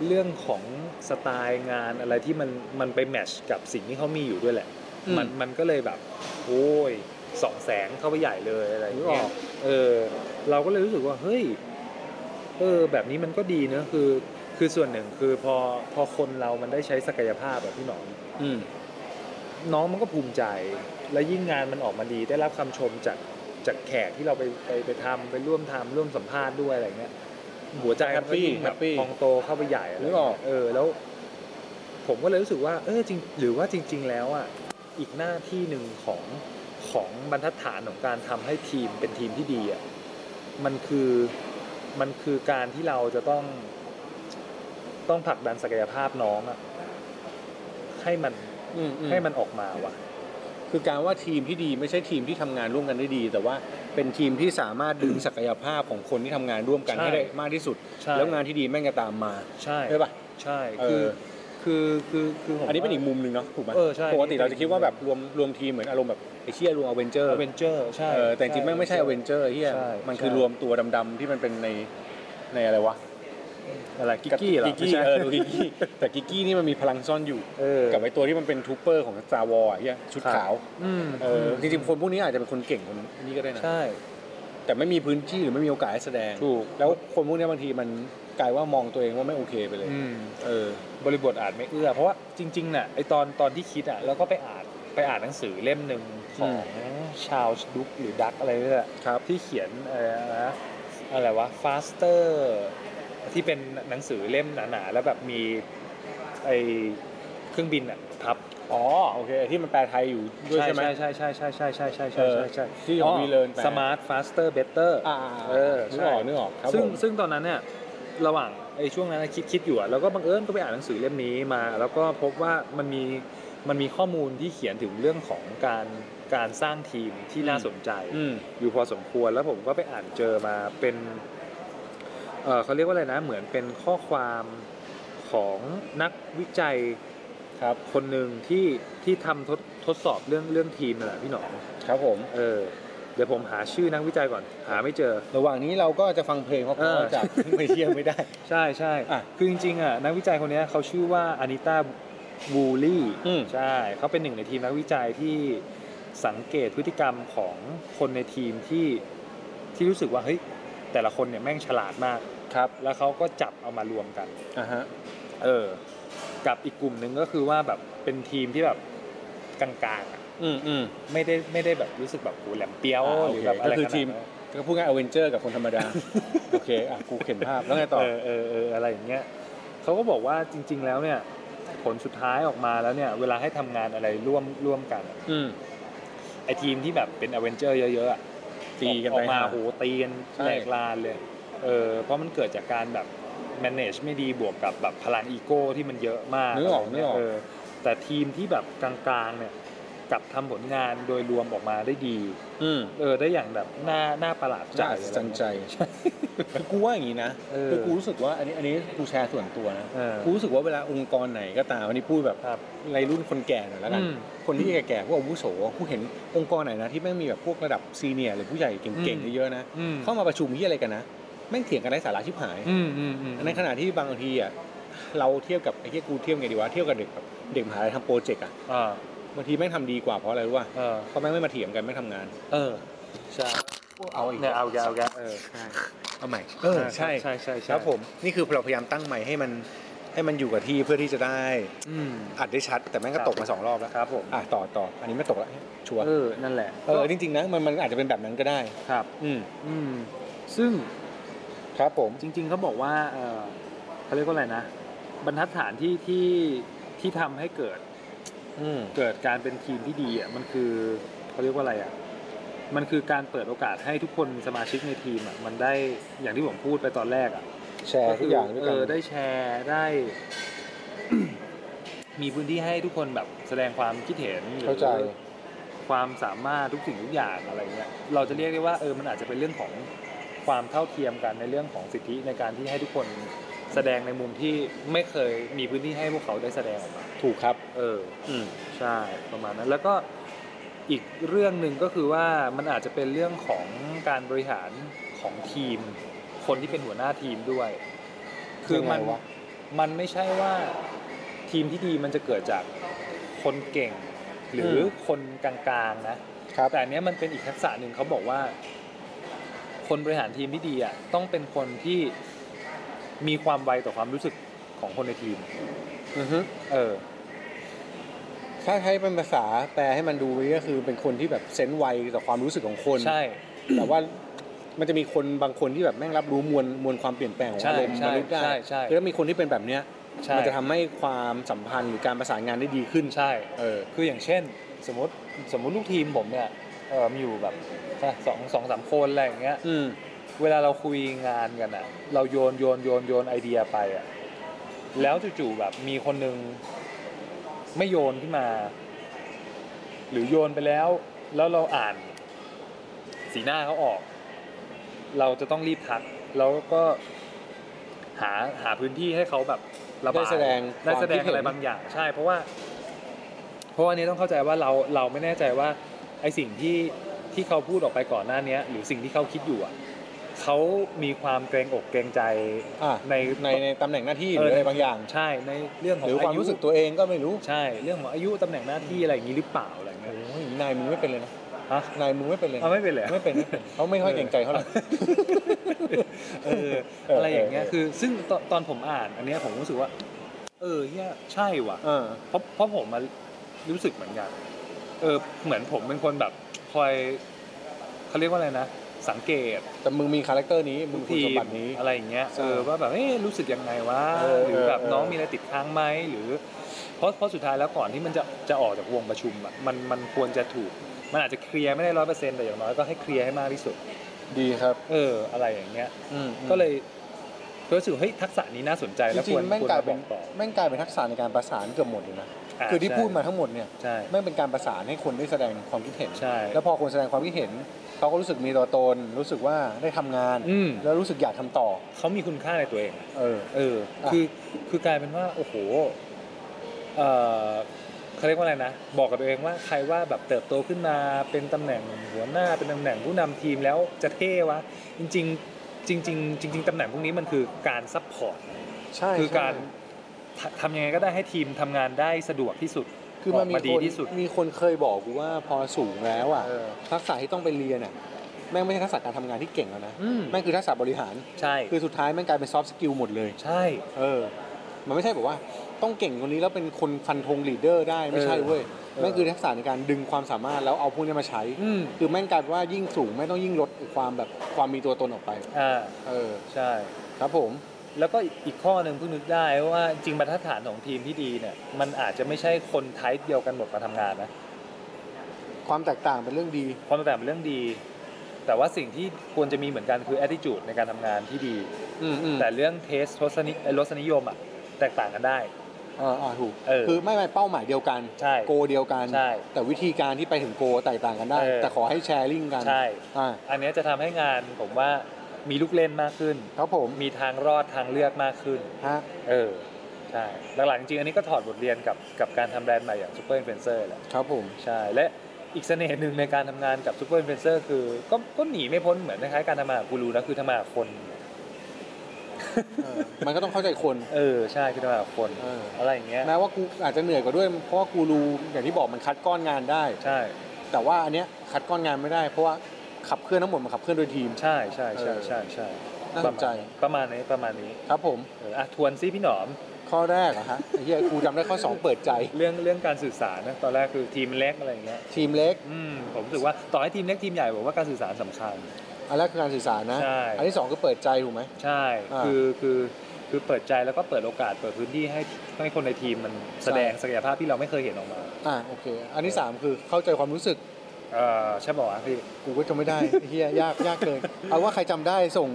Speaker 2: เรื่องของสไตล์งานอะไรที่มันมันไปแมทช์กับสิ่งที่เขามีอยู่ด้วยแหละ
Speaker 1: อืม
Speaker 2: มันมันก็เลยแบบโอ้ยสองแสงเข้าไปใหญ่เลยอะไรอย่าง
Speaker 1: นึกอ
Speaker 2: เงี้
Speaker 1: อย ก
Speaker 2: เออเราก็เลยรู้สึกว่าเฮ้ยเออแบบนี้มันก็ดีเนอะคือ คือส่วนหนึ่งคือพอพอคนเรามันได้ใช้ศักยภาพแบบพี่หนอง
Speaker 1: อืม
Speaker 2: น้องมันก็ภูมิใจ และยิ่งงานมันออกมาดี ได้รับคำชมจากจากแขกที่เราไปไปไปทำไปร่วมทำร่วมสัมภาษณ์ด้วยอะไรเงี้ยหัวใจมันก็ยิ่ง
Speaker 1: แฮ
Speaker 2: แบ
Speaker 1: ป
Speaker 2: บ
Speaker 1: ปี้
Speaker 2: พองโตเข้าไปใหญ่อะไร
Speaker 1: นึ
Speaker 2: เงี้
Speaker 1: กออก
Speaker 2: ยเออแล้ว ผมก็เลยรู้สึกว่า เออจริง หรือว่าจริง ๆ แล้วอ่ะอีกหน้าที่หนึ่งของของบรรทัดฐานของการทำให้ทีมเป็นทีมที่ดีอ่ะมันคือมันคือการที่เราจะต้อง ต้องผลักดันศักยภาพน้องอ่ะให้มัน
Speaker 1: อืมอืม
Speaker 2: ให้มันออกมาว่ะ
Speaker 1: คือการว่าทีมที่ดีไม่ใช่ทีมที่ทำงานร่วมกันได้ดี แต่ว่าเป็นทีมที่สามารถดึงศักยภาพของคนที่ทำงานร่วมกัน
Speaker 2: ใช่
Speaker 1: ให้ได้มากที่สุด
Speaker 2: ใช่
Speaker 1: แล้วงานที่ดีแม่งจะตามมา
Speaker 2: ใช่
Speaker 1: ใช่ป่ะ
Speaker 2: ใช่
Speaker 1: เอ
Speaker 2: คือ
Speaker 1: อ
Speaker 2: คือคือคือผม
Speaker 1: อันนี้เป็นอีกมุมหนึ่งเนาะถูกไหม
Speaker 2: เออใช่
Speaker 1: ปกติเราจะคิดว่าแบบรวมรวมทีมเหมือนอารมณ์แบบไอเชียรวมอเวนเจอร์
Speaker 2: อเวนเจอร์ใช่
Speaker 1: เออแต่จริงๆแม่งไม่ใช่อเวนเจอร์เฮีย
Speaker 2: ใช่
Speaker 1: มันคือ
Speaker 2: ใช่
Speaker 1: รวมตัวดำๆที่มันเป็นในในอะไรวะ
Speaker 2: อะไรกิกกี้เหรอ
Speaker 1: กิกกี้เออดูกิกกี้แต่กิกกี้นี่มันมีพลังซ่อนอยู่
Speaker 2: เออ
Speaker 1: กับไอตัวที่มันเป็นทูเปอร์ของซาวอร์เฮียชุดขาว
Speaker 2: อืม
Speaker 1: เออจริงๆคนพวกนี้อาจจะเป็นคนเก่งคนนี้ก็ได้นะ
Speaker 2: ใช่
Speaker 1: แต่ไม่มีพื้นที่หรือไม่มีโอกาสให้แสดง
Speaker 2: ถูก
Speaker 1: แล้วคนพวกเนี้ยบางทีมันกลายว่ามองตัวเองว่าไม่โอเคไปเลย
Speaker 2: อืม
Speaker 1: เออ
Speaker 2: บริบทอาจไม่เอื้อ เพราะว่าจริงๆน่ะไอตอนตอนที่คิดอ่ะแล้วก็ไปอ่านไปอ่านหนังสือเล่มหนึ่งของชาวดุกหรือดักอะไรเนี่ยแหละ
Speaker 1: ครับ
Speaker 2: ที่เขียนเอะไรนะอะไรวะ faster ที่เป็นหนังสือเล่มหนาๆแล้วแบบมีไอเครื่องบินอ่ะทับ
Speaker 1: อ๋อโอเคที่มันแปลไทยอยู่ด้วยใช่ไหม
Speaker 2: ใช่ใช่ใช่ใช่ใช่ใช่ใช่ใช่ใช่
Speaker 1: ที่ของ WeLearn ไป
Speaker 2: สมาร์ทฟาสเตอร์เบเตอร์
Speaker 1: อ่า
Speaker 2: เออ
Speaker 1: นึ
Speaker 2: ใช่
Speaker 1: กออกนึกออกครับ
Speaker 2: ซึ่ง
Speaker 1: ผม
Speaker 2: ซึ่งตอนนั้นเนี่ยระหว่างไอ้ช่วงนั้นนะคิดคิดอยู่อะแล้วก็บังเอิญก็ไปอ่านหนังสือเล่มนี้มา แล้วก็พบว่ามันมีมันมีข้อมูลที่เขียนถึงเรื่องของการการสร้างทีมที่น่าสนใจ
Speaker 1: อืม
Speaker 2: อยู่พอสมควรแล้วผมก็ไปอ่านเจอมาเป็นเอ่อเขาเรียกว่าอะไรนะ เหมือนเป็นข้อความของนักวิจัย
Speaker 1: ครับ
Speaker 2: คนหนึ่งที่ที่ทำทดทดสอบเรื่องเรื่องทีมน่นแหละพี่หนอง
Speaker 1: ครับผม
Speaker 2: เออเดี๋ยวผมหาชื่อนักวิจัยก่อน หาไม่เจอ
Speaker 1: ระหว่างนี้เราก็จะฟังเพลงเพ
Speaker 2: เอ
Speaker 1: ราะ
Speaker 2: อ
Speaker 1: ๆจาก ไม่เที่ยงไม่ได้
Speaker 2: ใช่ใช่
Speaker 1: อ่ะ
Speaker 2: คือจริงๆอ่ะนักวิจัยคนเนี้ยเขาชื่อว่าอานิต้าบูลี่
Speaker 1: อืม
Speaker 2: ใช่เขาเป็นหนึ่งในทีมนักวิจัยที่สังเกตพฤติกรรมของคนในทีมที่ที่รู้สึกว่าเฮ้ยแต่ละคนเนี่ยแม่งฉลาดมาก
Speaker 1: ครับ
Speaker 2: แล้วเขาก็จับเอามารวมกัน
Speaker 1: อ่าฮะ
Speaker 2: เออ กับอีกกลุ่มหนึ่งก็คือว่าแบบเป็นทีมที่แบบกลางๆอ่ะ
Speaker 1: อืมอืม
Speaker 2: ไม่ได้ไม่ได้แบบรู้สึกแบบโหแหลมเปี้ยว
Speaker 1: อ่า
Speaker 2: หรือแบบ
Speaker 1: โอเค
Speaker 2: อะไร
Speaker 1: ก็คือ
Speaker 2: ขนาด
Speaker 1: ทีม
Speaker 2: นั้น
Speaker 1: ก็พูดง่ายอเวนเจอร์กับคนธรรม ดา โอเคอ่ะกูเข็นภาพแล้วไงต่อ
Speaker 2: เออเออเอออะไรอย่างเงี้ยเขาก็บอกว่าจริง ๆ แล้วเนี่ยผลสุดท้ายออกมาแล้วเนี่ยเวลาให้ทำงานอะไรร่วมร่วมกันอะ
Speaker 1: อืม
Speaker 2: ไอทีมที่แบบเป็นอเวนเจอร์เยอะๆอะ
Speaker 1: ตีกัน
Speaker 2: อ
Speaker 1: ไป
Speaker 2: อกมา
Speaker 1: หา
Speaker 2: โหตีกัน
Speaker 1: ใช่
Speaker 2: แหลกลานเลยเออเพราะมันเกิดจากการแบบ manage ไม่ดีบวกกับแบบพลังอีโก้ที่มันเยอะมาก
Speaker 1: นึกออก
Speaker 2: ะไร
Speaker 1: นึก
Speaker 2: เงี้ย
Speaker 1: ออก
Speaker 2: เแต่ทีมที่แบบกลางๆเนี่ยกลับทำผลงานโดยรวมออกมาได้ดี
Speaker 1: อืม
Speaker 2: เออได้อย่างแบบน่าน่าประหลาดใจ
Speaker 1: จ่า
Speaker 2: อะไรเงี้ย
Speaker 1: สันใจ คือกูว่าอย่างนี้นะ
Speaker 2: เออ
Speaker 1: คือกูรู้สึกว่าอันนี้อันนี้กูแชร์ส่วนตัวนะ
Speaker 2: เออ
Speaker 1: กูรู้สึกว่าเวลาองค์กรไหนก็ตามอันนี้พูดแบบ
Speaker 2: ครับ
Speaker 1: ในรุ่นคนแก่หน่อยแล้วกัน
Speaker 2: อืม
Speaker 1: คนที่แก่ๆพวกอาวุโสกูเห็นองค์กรไหนนะที่แม่งมีแบบพวกระดับซีเนียร์หรือผู้ใหญ่เก่ง
Speaker 2: อืม
Speaker 1: ๆเยอะๆนะ
Speaker 2: อืม
Speaker 1: เข้ามาประชุมที่อะไรกันนะแม่งเถียงกันไร้สาระชิบหาย
Speaker 2: อืมอืมอืม
Speaker 1: ในขณะที่บางทีอ่ะเราเทียบกับไอ้ที่กูเทียบไงดีวะเทียบกับเด็กแบบเด็กมหาลัยทำโปรเจกต์อ่ะ
Speaker 2: อ่า
Speaker 1: บางทีแม่งทำดีกว่าเพราะอะไรรู้ป่ะ
Speaker 2: เออ
Speaker 1: เพราะแม่งไม่มาเถียงกันไม่ทำงาน
Speaker 2: เออใช่
Speaker 1: เอาอีก
Speaker 2: เนี่ยเอาแกเอาแกเออ
Speaker 1: เอาใหม่เออใช่
Speaker 2: ใช่ใช่
Speaker 1: ค
Speaker 2: ใช่
Speaker 1: รับผมนี่คือเราพยายามตั้งใหม่ให้มันให้มันอยู่กับที่เพื่อที่จะได้
Speaker 2: อืม
Speaker 1: อัดได้ชัด แต่แม่งก็
Speaker 2: ครับ
Speaker 1: ตกมาสองรอบแล้ว
Speaker 2: ครับผม
Speaker 1: อ่ะต่อต่ออันนี้ไม่ตกแล้วชัวร์
Speaker 2: เออนั่นแหละ
Speaker 1: เออจริงๆนะมันมันอาจจะเป็นแบบนั้นก็ได้
Speaker 2: ครับ
Speaker 1: อืม
Speaker 2: อืมซึ่ง
Speaker 1: ครับผม
Speaker 2: จริง ๆเขาบอกว่าเออเขาเรียกว่าอะไรนะ บรรทัดฐานที่ที่ที่ทำให้เกิด
Speaker 1: อืม
Speaker 2: เกิดการเป็นทีมที่ดีอ่ะมันคือเขาเรียกว่าอะไรอ่ะมันคือการเปิดโอกาสให้ทุกคนสมาชิกในทีมอ่ะมันได้อย่างที่ผมพูดไปตอนแรกอ่ะ
Speaker 1: แชร์ทุกอย่างด้วย
Speaker 2: เอ
Speaker 1: กัน
Speaker 2: อได้แชร์ได้ มีพื้นที่ให้ทุกคนแบบแสดงความคิดเห็นหรือ
Speaker 1: เข้าใจ
Speaker 2: ความสามารถทุกสิ่งทุกอย่างอะไรเงี้ยเราจะเรียกได้ว่าเออมันอาจจะเป็นเรื่องของความเท่าเทียมกันในเรื่องของสิทธิในการที่ให้ทุกคนแสดงในมุมที่ไม่เคยมีพื้นที่ให้พวกเขาได้แสดงออกมา
Speaker 1: ถูกครับ
Speaker 2: เออ
Speaker 1: อืม
Speaker 2: ใช่ประมาณนั้น แล้วก็อีกเรื่องหนึ่งก็คือว่ามันอาจจะเป็นเรื่องของการบริหารของทีม คนที่เป็นหัวหน้าทีมด้วย คือมัน
Speaker 1: ยังไงวะ
Speaker 2: มันไม่ใช่ว่าทีมที่ดีมันจะเกิดจากคนเก่ง หรืออคนกลางๆนะ
Speaker 1: ครับ
Speaker 2: แต่อันเนี้ยมันเป็นอีกทักษะหนึ่งเขาบอกว่า คนบริหารทีมที่ดีอ่ะต้องเป็นคนที่มีความไวต่อความรู้สึกของคนในทีม
Speaker 1: อือฮึ
Speaker 2: เออ
Speaker 1: ถ้าใช้เป็นภาษาแปลให้มันดูก็คือเป็นคนที่แบบเซนส์ไวต่อความรู้สึกของคน
Speaker 2: ใช่
Speaker 1: แต่ว่ามันจะมีคนบางคนที่แบบแม่งรับรู้มวลมวลความเปลี่ยนแปลงของ
Speaker 2: ใช่
Speaker 1: อารมณ์
Speaker 2: ใช่
Speaker 1: มนุษย์ได้
Speaker 2: ใช่ใช่
Speaker 1: คือถ้ามีคนที่เป็นแบบเนี้ย
Speaker 2: ใช่
Speaker 1: มัจะทำให้ความสัมพันธ์หรือการประสานงานได้ดีขึ้น
Speaker 2: ใช่
Speaker 1: เออ
Speaker 2: คืออย่างเช่น สมมติสมมติลูกทีมผมเนี่ยเออมีอยู่แบบอ่ะสองสองสามคนอะไรอย่างเงี้ย
Speaker 1: อืม
Speaker 2: เวลาเราคุยงานกันอ่ะ เราโยนโยนโยนโยนไอเดียไปอ่ะ แล้วจู่ๆแบบมีคนหนึ่งไม่โยนขึ้นมา หรือโยนไปแล้ว แล้วเราอ่าน สีหน้าเขาออก เราจะต้องรีบทัก แล้วก็หาหาพื้นที่ให้เขาแบบระบาย
Speaker 1: ได้แสดง
Speaker 2: ได้แสด
Speaker 1: ความคิด
Speaker 2: ง
Speaker 1: เห็น
Speaker 2: อะไรบางอย่าง ใช่ เพราะว่า เพราะว่าอันนี้ต้องเข้าใจว่าเราเราไม่แน่ใจว่าไอสิ่งที่ที่เขาพูดออกไปก่อนหน้าเนี้ย หรือสิ่งที่เขาคิดอยู่อ่ะเขามีความเกรงอกเกรงใจ
Speaker 1: อ่ะ
Speaker 2: ใน
Speaker 1: ในในตำแหน่งหน้าที่ห
Speaker 2: เออ
Speaker 1: รืออะไรบางอย่าง
Speaker 2: ใช่ในเรื่องของ
Speaker 1: หรือความรู้สึก
Speaker 2: ยุ
Speaker 1: ตัวเองก็ไม่รู้
Speaker 2: ใช่ เรื่องของอายุตำแหน่งหน้าที่อะไรอย่างนี้หรือเปล่าอะไรเงี้ย
Speaker 1: โอ้ยนายมึงไม่เป็นเลยนะ
Speaker 2: ฮะ
Speaker 1: นายมึงไม่เป็นเลยนะ
Speaker 2: เอาไม่เป็นเลย
Speaker 1: ไม่เป็นไม่เป็นเขาไม่ค่อยเก่งใจเท่าไหร่
Speaker 2: เอออะไรอย่างเงี้ย
Speaker 1: เออ
Speaker 2: คือ ซึ่งตอนตอนผมอ่าน อันเนี้ยผมรู้สึกว่า เออเฮียใช่ว่ะ
Speaker 1: เออ
Speaker 2: เพราะเพราะผมมารู้สึกเหมือนกัน เออ เหมือนผมเป็นคนแบบคอยเขาเรียกว่าอะไรนะ สังเกต
Speaker 1: แต่มึงมีคาแรคเตอร์นี้มึงคุณ
Speaker 2: ที
Speaker 1: สม
Speaker 2: ม
Speaker 1: บัตินี้
Speaker 2: อะไรอย่างเงี้ย
Speaker 1: ใช่
Speaker 2: เออว่าแบบเอ๊ะรู้สึกยังไงวะ
Speaker 1: เออ
Speaker 2: หรือแบบ
Speaker 1: เออ
Speaker 2: น้องมีอะไรติดค้างไหมหรือ เพราะเพราะสุดท้ายแล้วก่อนที่มันจะจะออกจากวงประชุมอะมันมันควรจะถูก มันอาจจะเคลียร์ไม่ได้ร้อยเปอร์เซ็นต์แต่อย่างน้อยก็ให้เคลียร์ให้มากที่สุด
Speaker 3: ดีครับ
Speaker 2: เอออะไรอย่างเงี้ย
Speaker 3: อืม
Speaker 2: ก็เลยก็รู้สึกเฮ้ยทักษะนี้น่าสนใจ
Speaker 1: จ
Speaker 2: แล้ว
Speaker 1: ริ
Speaker 2: ควรง
Speaker 1: ๆแม่ง
Speaker 2: ควร
Speaker 1: กลาย
Speaker 2: มาบ
Speaker 1: เป็น
Speaker 2: อกต่อ
Speaker 1: แม่งกลายเป็นทักษะในการประสานเกือบหมดเลยนะ
Speaker 2: ะ
Speaker 1: คือที่
Speaker 2: ใช่
Speaker 1: พูดมาทั้งหมดเนี่ย
Speaker 2: ใช่
Speaker 1: แม่งเป็นการประสานให้คนได้แสดงความคิดเห็น
Speaker 2: ใช่
Speaker 1: แล้วพอคนแสดงความคิดเห็นเขาก็รู้สึกมีตัวตน รู้สึกว่าได้ทำงาน
Speaker 2: อืม
Speaker 1: แล้วรู้สึกอยากทำต่อ
Speaker 2: เขามีคุณค่าในตัวเอง
Speaker 1: เออ
Speaker 2: เออ
Speaker 1: อ่ะ
Speaker 2: คือ คือกลายเป็นว่า โอ้โห เออเขาเรียกว่าอะไรนะ บอกกับตัวเองว่าใครว่าแบบเติบโตขึ้นมา เป็นตำแหน่งหัวหน้า เป็นตำแหน่งผู้นำทีมแล้วจะเท่วะ จริง ๆ จริง ๆ จริง ๆตำแหน่งพวกนี้มันคือการซัพพอร์ต
Speaker 1: ใช่
Speaker 2: คือการ
Speaker 1: ใช่
Speaker 2: ทำทำยังไงก็ได้ให้ทีมทำงานได้สะดวกที่สุด
Speaker 1: คือ
Speaker 2: อ
Speaker 1: มั
Speaker 2: อน ก
Speaker 1: มี
Speaker 2: มาดี
Speaker 1: คน
Speaker 2: ที่สุด
Speaker 1: มีคนเคยบอกกูว่าพอสูงแล้วอ่ะ
Speaker 2: เออ
Speaker 1: ทักษะที่ต้องไปเรียนอ่ะแม่งไม่ใช่ทักษะการทำงานที่เก่งแล้วนะ
Speaker 2: อืม
Speaker 1: แม่งคือทักษะบริหาร
Speaker 2: ใช่
Speaker 1: คือสุดท้ายแม่งกลายเป็นซอฟต์สกิลหมดเลย
Speaker 2: ใช่
Speaker 1: เออ มันไม่ใช่แบบว่าต้องเก่งคนนี้แล้วเป็นคนฟันธงลีดเดอร์ได้ไม่ใช่
Speaker 2: เออ
Speaker 1: เว้ย
Speaker 2: เออ
Speaker 1: แม่งคือทักษะในการดึงความสามารถแล้วเอาพวกนี้มาใช้
Speaker 2: อืม
Speaker 1: คือแม่งกลายเป็นว่ายิ่งสูงแม่งต้องยิ่งลดความแบบความมีตัวตนออกไป
Speaker 2: อ่า
Speaker 1: เออ
Speaker 2: ใช่
Speaker 1: ครับผม
Speaker 2: แล้วก็อีกข้อหนึ่งเพิ่งนึกได้ว่าจริงบรรทัดฐานของทีมที่ดีเนี่ย มันอาจจะไม่ใช่คนไทป์เดียวกันหมดมาทำงานนะ
Speaker 1: ความแตกต่างเป็นเรื่องดี
Speaker 2: ความแตกต่างเป็นเรื่องดี แต่ว่าสิ่งที่ควรจะมีเหมือนกันคือ attitude ในการทำงานที่ดี
Speaker 1: อืมอืม
Speaker 2: แต่เรื่องเทสรสนิรสนิยมอ่ะแตกต่างกันได้
Speaker 1: เอออ่าถูก
Speaker 2: เออ
Speaker 1: คือไม่ไม่เป้าหมายเดียวกัน
Speaker 2: ใช่
Speaker 1: โกเดียวกัน
Speaker 2: ใช่
Speaker 1: แต่วิธีการที่ไปถึงโกแตกต่างกันได้
Speaker 2: เออ
Speaker 1: แต่ขอให้แชร์ลิงก์กัน
Speaker 2: ใช่
Speaker 1: อ่า
Speaker 2: อันเนี้ยจะทำให้งานผมว่ามีลูกเล่นมากขึ้น
Speaker 1: ครับผม
Speaker 2: มีทางรอดทางเลือกมากขึ้น
Speaker 1: ฮะ
Speaker 2: เออ ใช่ หลักๆจริงๆอันนี้ก็ถอดบทเรียนกับกับการทำแบรนด์ใหม่อย่างซูเปอร์อินฟลูเอนเซอร์แหละ
Speaker 1: ครับผม
Speaker 2: ใช่ และอีกเสน่ห์หนึ่งในการทำงานกับซูเปอร์อินฟลูเอนเซอร์คือก็ก็หนีไม่พ้นเหมือนคล้ายๆการทำงานกับกูรูนะคือทำงานกับคน
Speaker 1: เออ มันก็ต้องเข้าใจคน
Speaker 2: เออ ใช่คือทำงานกับคน
Speaker 1: เออ
Speaker 2: อะไรอย่างเงี้ย
Speaker 1: แม้ว่ากูอาจจะเหนื่อยกว่าด้วย เพราะว่ากูรู้อย่างที่บอกมันคัดก้อนงานได้
Speaker 2: ใช่
Speaker 1: แต่ว่าอันเนี้ยคัดก้อนงานไม่ได้ เพราะว่าขับเคลื่อนทั้งหมดมันขับเคลื่อนโดยทีม
Speaker 2: ใช่ใช่ใช่ใช่ใช่
Speaker 1: น่าสนใจ
Speaker 2: ประมาณนี้ประมาณนี้
Speaker 1: ครับผม
Speaker 2: เอออ่ะทวนซิพี่หนอม
Speaker 1: ข้อแรกเหรอะฮะไอ้เฮียกูจำได้ข้อ 2 เปิดใจ
Speaker 2: เรื่องเรื่องการสื่อสารนะตอนแรกคือทีมเล็กอะไรอย่างเงี้ย
Speaker 1: ทีมเล็ก
Speaker 2: อืมผมรู้สึกว่าต่อให้ทีมเล็กทีมใหญ่ผมว่าการสื่อสารสำคัญ
Speaker 1: อันแรกคือการสื่อสารนะ
Speaker 2: ใช่
Speaker 1: อันที่ 2 คือเปิดใจถูกไหม
Speaker 2: ใช่
Speaker 1: อ่า
Speaker 2: คือคือคือเปิดใจแล้วก็เปิดโอกาสเปิดพื้นที่ให้ให้คนในทีมมันแสดง
Speaker 1: ใช่
Speaker 2: ศักยภาพที่เราไม่เคยเห็นออกมา
Speaker 1: อ่าโอเค อันที่ 3 คือเข้าใจความรู้สึก
Speaker 2: เออใช่ป่าวะพี่
Speaker 1: กูก็จำไม่ได้ ไอ้เฮียยากยากเกิน เอาว่าใครจำได้ส่ง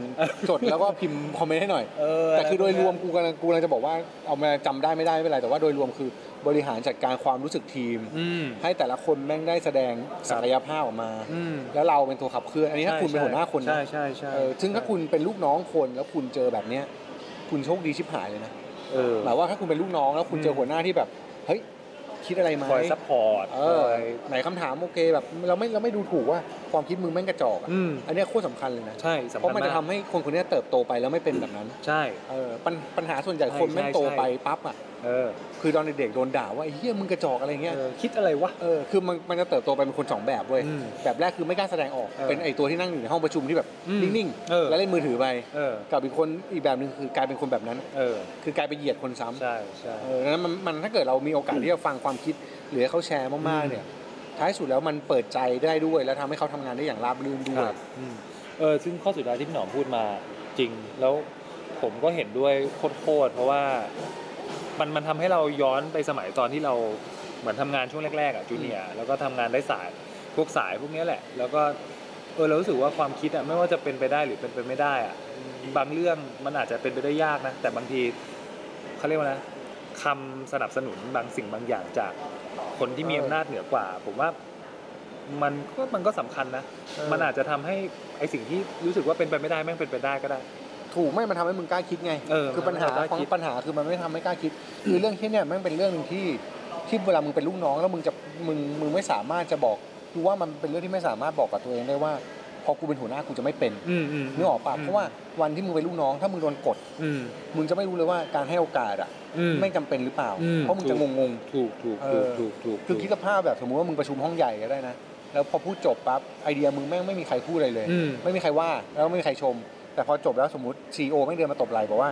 Speaker 1: จดแล้วก็พิมพ์คอมเมนต์ให้หน่อย
Speaker 2: เออ
Speaker 1: แต่คือโดยรวมกูกำลังกูกำลังจะบอกว่าเอามาจำได้ไม่ได้ไม่เป็นไรแต่ว่าโดยรวมคือบริหารจัดการความรู้สึกทีม
Speaker 2: อืม
Speaker 1: ให้แต่ละคนแม่งได้แสดงศักยภาพออกมา
Speaker 2: อืม
Speaker 1: แล้วเราเป็นตัวขับเคลื่อนอันนี้ถ้าคุณเป็นหัวหน้าคนนะ
Speaker 2: ใช่ใช่ใช่
Speaker 1: เออซึ่งถ้าคุณเป็นลูกน้องคนแล้วคุณเจอแบบเนี้ยคุณโชคดีชิบหายเลยนะ
Speaker 2: เออ
Speaker 1: หมายว่าถ้าคุณเป็นลูกน้องแล้วคุณ
Speaker 2: อืม
Speaker 1: เจอหัวหน้าที่แบบเฮ้ยคิดอะไรไหม
Speaker 2: คอยซัพพอร์ต
Speaker 1: เออ
Speaker 2: คอย
Speaker 1: ไหนคำถามโอเคแบบเราไม่เราไม่ดูถูกว่าความคิดมึงแม่งกระจอกอะ
Speaker 2: อืม
Speaker 1: อันเนี้ยโคตรสำคัญเลยนะ
Speaker 2: ใช่สำคัญ
Speaker 1: เพราะมันจะทำ
Speaker 2: ก
Speaker 1: ให้คนคนเนี้ยเติบโตไปแล้วไม่เป็นแบบนั้น
Speaker 2: ใช่
Speaker 1: เออปัญปัญหาส่วนใหญ่
Speaker 2: ใช่
Speaker 1: คนแม่ง
Speaker 2: ใช่
Speaker 1: โต
Speaker 2: ใช่
Speaker 1: ไปปั๊บอ่ะ
Speaker 2: เออ
Speaker 1: คือตอนเด็กๆโดนด่าว่าไอ้เหี้ยมึงกระจอกอะไรเงี้ย
Speaker 2: เออคิดอะไรวะ
Speaker 1: เออ คือมันมันจะเติบโตไปเป็นคนสองแบบเว้ย
Speaker 2: อืม
Speaker 1: แบบแรกคือไม่กล้าแสดงออก
Speaker 2: เออ
Speaker 1: เป็นไอตัวที่นั่งอยู่ในห้องประชุมที่แบบ
Speaker 2: อืม
Speaker 1: นิ่ง
Speaker 2: เออ
Speaker 1: ๆ แล้วเล่นมือถือไป
Speaker 2: เออ
Speaker 1: กับอีกคนอีกแบบหนึ่งคือกลายเป็นคนแบบนั้น
Speaker 2: เออ
Speaker 1: คือกลายไปเหยียดคนซ้ำ
Speaker 2: ใช่ใช่
Speaker 1: เออดังนั้นมันมันถ้าเกิดเรามีโอกาสที่จะฟังความคิด หรือให้เขาแชร์มากๆ
Speaker 2: อืม
Speaker 1: เนี่ย ท้ายสุดแล้วมันเปิดใจได้ด้วย แล้วทำให้เขาทำงานได้อย่างราบรื่นด้ว
Speaker 2: ค
Speaker 1: ย
Speaker 2: รับอืมเออซึ่งข้อสุดท้ายที่พี่หนอมพูดมาจริง แล้วผมก็เห็นด้วยโคตรๆเพราะว่ามันมันทำให้เราย้อนไปสมัยตอนที่เราเหมือนทำงานช่วงแรกๆอ่ะจูเนียแล้วก็ทำงานได้สายพวกสายพวกเนี้ยแหละ แล้วก็เออเรารู้สึกว่าความคิดอ่ะไม่ว่าจะเป็นไปได้หรือเป็นไปไม่ได้อ่ะบางเรื่องมันอาจจะเป็นไปได้ยากนะแต่บางทีเขาเรียกว่านะคำสนับสนุนบางสิ่งบางอย่างจากคนที่มี
Speaker 1: เอออ
Speaker 2: อำนาจเหนือกว่า ผมว่ามันก็มันก็สำคัญนะ
Speaker 1: เออ
Speaker 2: มันอาจจะทำให้ไอสิ่งที่รู้สึกว่าเป็นไปไม่ได้แม่งเป็นไปได้ก็ได้
Speaker 1: ถูกไหม่มันทำให้มึงกล้าคิดไง
Speaker 2: เออ
Speaker 1: คือปัญหา
Speaker 2: มัน
Speaker 1: ของ
Speaker 2: ทำให้กล้าคิด
Speaker 1: ปัญหาคือมันไม่ทำให้กล้าคิด คือเรื่องที่เนี่ยแมันเป็นเรื่องหนึ่งที่ที่เวลามึงเป็นลูกน้องแล้วมึงจะมึงมึงไม่สามารถจะบอกคือว่ามันเป็นเรื่องที่ไม่สามารถบอกกับตัวเองได้ว่า พอกูเป็นหัวหน้ากูจะไม่เป็น
Speaker 2: อืมอืม
Speaker 1: นึกออกปะเพราะว่าวันที่มึงเป็นลูกน้อง ถ้ามึงโดนกด
Speaker 2: อืม
Speaker 1: มึงจะไม่รู้เลยว่าการให้โอกาสอ่ะ
Speaker 2: อืม
Speaker 1: ไม่งจำเป็นหรือเปล่า
Speaker 2: อืม
Speaker 1: เพราะมึงจะงง
Speaker 2: ถูกถูก
Speaker 1: เอ
Speaker 2: ถู
Speaker 1: อ
Speaker 2: กถูกถูก
Speaker 1: ๆคือคิดสภาพแบบสมมติว่ามึงประชุมห้องใหญ่ก็ได้นะแล้วพอพูดจบปั๊บไอเดียมึงแม่งไม่มีใครพูดอะไรเลย
Speaker 2: อืม
Speaker 1: ไม่มีใครว่าแล้วไม่มีใครชม แต่พอจบแล้วสมมติซีโอแม่งเดินมาตบไหล่บอกว่า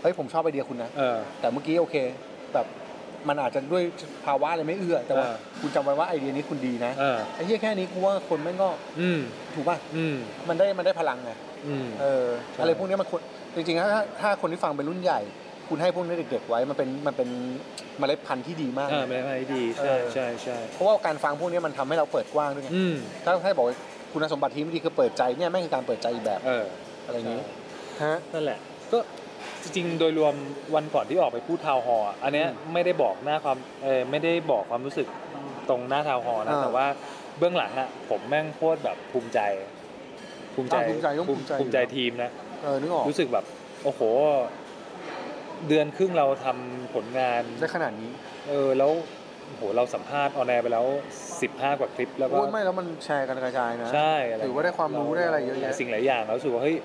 Speaker 1: เฮ้ยผมชอบไอเดียคุณนะ
Speaker 2: เออ
Speaker 1: แต่เมื่อกี้โอเคแบบมันอาจจะด้วยภาวะอะไรไม่เอื้อ แต่ว่า
Speaker 2: เออ
Speaker 1: คุณจำไว้ว่าไอเดียนี้คุณดีนะ
Speaker 2: เออ
Speaker 1: ไอ้เหี้ยแค่นี้กูว่าคนแม่งก็
Speaker 2: อืม
Speaker 1: ถูกป่ะ
Speaker 2: อืม
Speaker 1: มันได้มันได้พลังไง
Speaker 2: อืม
Speaker 1: เออ
Speaker 2: ใช่
Speaker 1: อะไรพวกเนี้ยมันควรจริงๆถ้าถ้าคนที่ฟังเป็นรุ่นใหญ่ กู คุณให้พวกนี้เด็กๆไว้มันเป็นมันเป็นเมล็ดพันธุ์ที่ดีมาก
Speaker 2: อ่าไม่ไม่ดีใช่
Speaker 1: เออ
Speaker 2: ใช่ใช่
Speaker 1: เพราะว่าการฟังพวกนี้มันทำให้เราเปิดกว้างด้วยไง
Speaker 2: อืม
Speaker 1: ถ้าถ้าบอกว่าคุณสมบัติที่ไม่ดีคือเปิดใจเนี่ยแม่งคือการเปิดใจอีกแบบ
Speaker 2: เออ
Speaker 1: อะไรอย่างนี้ ฮะ
Speaker 2: นั่นแหละ ก็จริงๆ โดยรวมวันก่อนที่ออกไปพูดทาวน์ฮอลล์อะอันเนี้ยไม่ได้บอกหน้าความเออไม่ได้บอกความรู้สึกตรงหน้าทาวน์ฮอลล์นะ
Speaker 1: อ่า
Speaker 2: แต่ว่าเบื้องหลังอะผมแม่งโคตรแบบภูมิใจ ภูมิใจ
Speaker 1: อ่าภูมิใจต้องภูมิใจ
Speaker 2: ภูมิใจทีมนะ
Speaker 1: เออนึกออก
Speaker 2: รู้สึกแบบ โอ้โห เดือนครึ่งเราทำผลงาน
Speaker 1: ได้ขนาดนี้
Speaker 2: เออแล้วโอ้โหเราสัมภาษณ์ออนแอร์ไปแล้ว 15 กว่าคลิปแล้วก็
Speaker 1: โอ้ยไม่แล้วมันแชร์กันกระจายนะ
Speaker 2: ใช่ะร
Speaker 1: ถือว่าได้ความรู้ได้อะไรเยอะแยะ
Speaker 2: หลาสิ่งหลายอย่างแล้วรู้สึกว่าเฮ้ย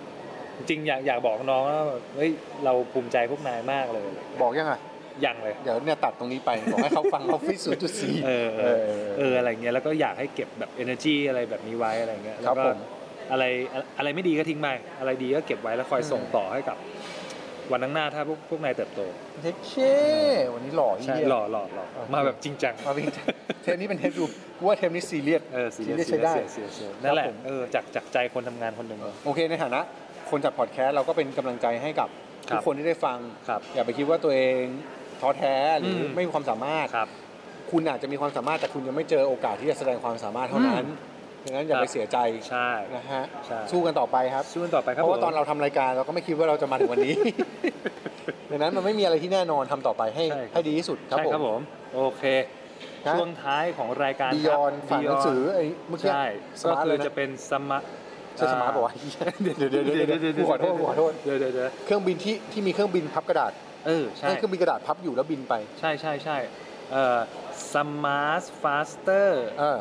Speaker 2: จริงๆอยากอยากบอกน้องว่าแบบเฮ้ยเราภูมิใจพวกนายมากเลย
Speaker 1: บอกยังอ่ะ
Speaker 2: ยังเลย
Speaker 1: เดี๋ยวเนี่ยตัดตรงนี้ไป บอกให้เขาฟัง ออฟฟิศศูนย์จุดสี่
Speaker 2: เออเออเอออะไรเงี้ยแล้วก็อยากให้เก็บแบบ energy อะไรแบบนี้ไว้อะไรเงี้ย
Speaker 1: ครับ
Speaker 2: แล้วก็
Speaker 1: ผม
Speaker 2: อะไรอะอะไรไม่ดีก็ทิ้งไปอะไรดีก็เก็บไว้แล้วคอย
Speaker 1: อืม
Speaker 2: ส่งต่อให้กับ วันข้างหน้าถ้าพวกพวกนายเติบโต
Speaker 1: เทคเช่วันนี้หล่อ
Speaker 2: ใช่
Speaker 1: เยี่ยม
Speaker 2: หล่อหล่อหล่อ
Speaker 1: โอเค
Speaker 2: มาแบบจริงจัง
Speaker 1: มาเป็นเทปนี้เป็นเทปดูกูว่าเทปนี้ซีเรียส
Speaker 2: เออซีเรียส
Speaker 1: serious
Speaker 2: ซี
Speaker 1: ใช้
Speaker 2: เรี
Speaker 1: ได้
Speaker 2: ยสซีเรียสนั่นแหละเออจากจากใจคนทำงานคนหนึ่ง
Speaker 1: โอเคในฐานะ คนจัดพอดแคสต์เราก็เป็นกำลังใจให้กับ
Speaker 2: ครับ
Speaker 1: ทุกคนที่ได้ฟัง
Speaker 2: ครับ
Speaker 1: อย่าไปคิดว่าตัวเองท้อแท้หรืออ
Speaker 2: ม
Speaker 1: ไม่มีความสามารถ
Speaker 2: ครับ
Speaker 1: คุณอาจจะมีความสามารถแต่คุณยังไม่เจอโอกาสที่จะแสดงความสามารถเท่านั้นดังนั้นอย่า
Speaker 2: ครับ
Speaker 1: ไปเสียใจ
Speaker 2: ใช่
Speaker 1: นะฮะ
Speaker 2: ใช่
Speaker 1: สู้กันต่อไปครับ
Speaker 2: สู้กันต่อไปค
Speaker 1: เพ
Speaker 2: รับ
Speaker 1: ราะว่า
Speaker 2: ผม
Speaker 1: ตอนเราทำรายการเราก็ไม่คิดว่าเราจะมาถึงวัน นี้ ดังนั้นมันไม่มีอะไรที่แน่นอนทำต่อไปให้
Speaker 2: ใช่
Speaker 1: ให้ดีที่สุดครับ
Speaker 2: ใช่
Speaker 1: ผม
Speaker 2: ครับผม โอเค
Speaker 1: ครับ
Speaker 2: ช่วงท้ายของรายการ
Speaker 1: ดียอน
Speaker 2: ครับ
Speaker 1: ฝังหนังสือ
Speaker 2: Beyond
Speaker 1: ไอ้เมื่อกี้
Speaker 2: ใช่
Speaker 1: ส
Speaker 2: ก็
Speaker 1: มาร์ท
Speaker 2: คื
Speaker 1: เล
Speaker 2: อย
Speaker 1: นะ
Speaker 2: จะเป็นสมาร์ท
Speaker 1: ใช่สมาร์ทบอกว่า เดี๋ยวเดี๋ยวเดี๋ยวเดี๋ยวเดี๋ยวกูขอโทษกูขอโทษ
Speaker 2: เดี๋ยวเดี๋ยวเดี๋ยว
Speaker 1: เครื่องบินที่ที่มีเครื่องบินพับกระดาษ
Speaker 2: เออใช่
Speaker 1: นั่นเครื่องบินกระดาษพับอยู่แล้วบินไป
Speaker 2: ใช่ใช่ใช่เอ่อสมาร์ทฟาสเตอร์
Speaker 1: เออ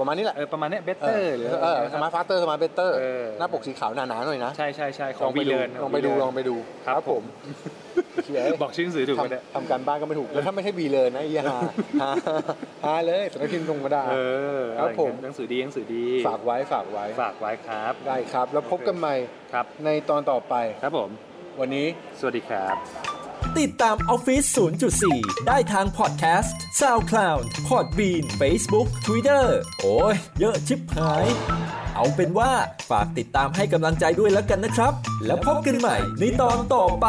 Speaker 1: ประมาณนี้แหละ
Speaker 2: เออประมาณเนี้ยเบ
Speaker 1: เอ
Speaker 2: เตอร์
Speaker 1: อ
Speaker 2: หรือ
Speaker 1: เออ
Speaker 2: อะไรนะ
Speaker 1: ส
Speaker 2: ครับ
Speaker 1: มาร์ทฟาสเตอร์สมาร์ทเบเตอร์
Speaker 2: เออ
Speaker 1: หน้าปกสีขาวหนาๆหน่อยนะ
Speaker 2: ใช่ใช่ใช่ข
Speaker 1: ล
Speaker 2: อ
Speaker 1: อง งไป
Speaker 2: วี
Speaker 1: ดู
Speaker 2: เลิน
Speaker 1: ลองไปดูลองไปดูครับผมเหี้ย
Speaker 2: บอกชื่อหนังสือถูกไหมเนี่ย
Speaker 1: ทำทำการบ้านก็ไม่ถูก แล้วถ้าไม่ใช่บีเลยนะไอ้เหี้ยฮาฮาฮาเลยสำนักพิมพ์ธงกระดาษ
Speaker 2: เออ
Speaker 1: ค
Speaker 2: อะ
Speaker 1: รั
Speaker 2: ไเงี้ย
Speaker 1: บผม
Speaker 2: หนังสือดีหนังสือดี
Speaker 1: ฝากไว้ฝากไว้
Speaker 2: ฝากไว้ครับ
Speaker 1: ได้ครับ แล้วพบกันใหม่
Speaker 2: ครับ
Speaker 1: ในตอนต่อไป
Speaker 2: ครับผม
Speaker 1: วันนี้
Speaker 2: สวัสดีครับ
Speaker 4: ติดตามออฟฟิศ0.4 ได้ทางพอดแคสต์ SoundCloud Podbean Facebook Twitter โอ้ย เยอะชิบหาย เอาเป็นว่าฝากติดตามให้กำลังใจด้วยแล้วกันนะครับ แล้วพบกันใหม่ในตอนต่อไป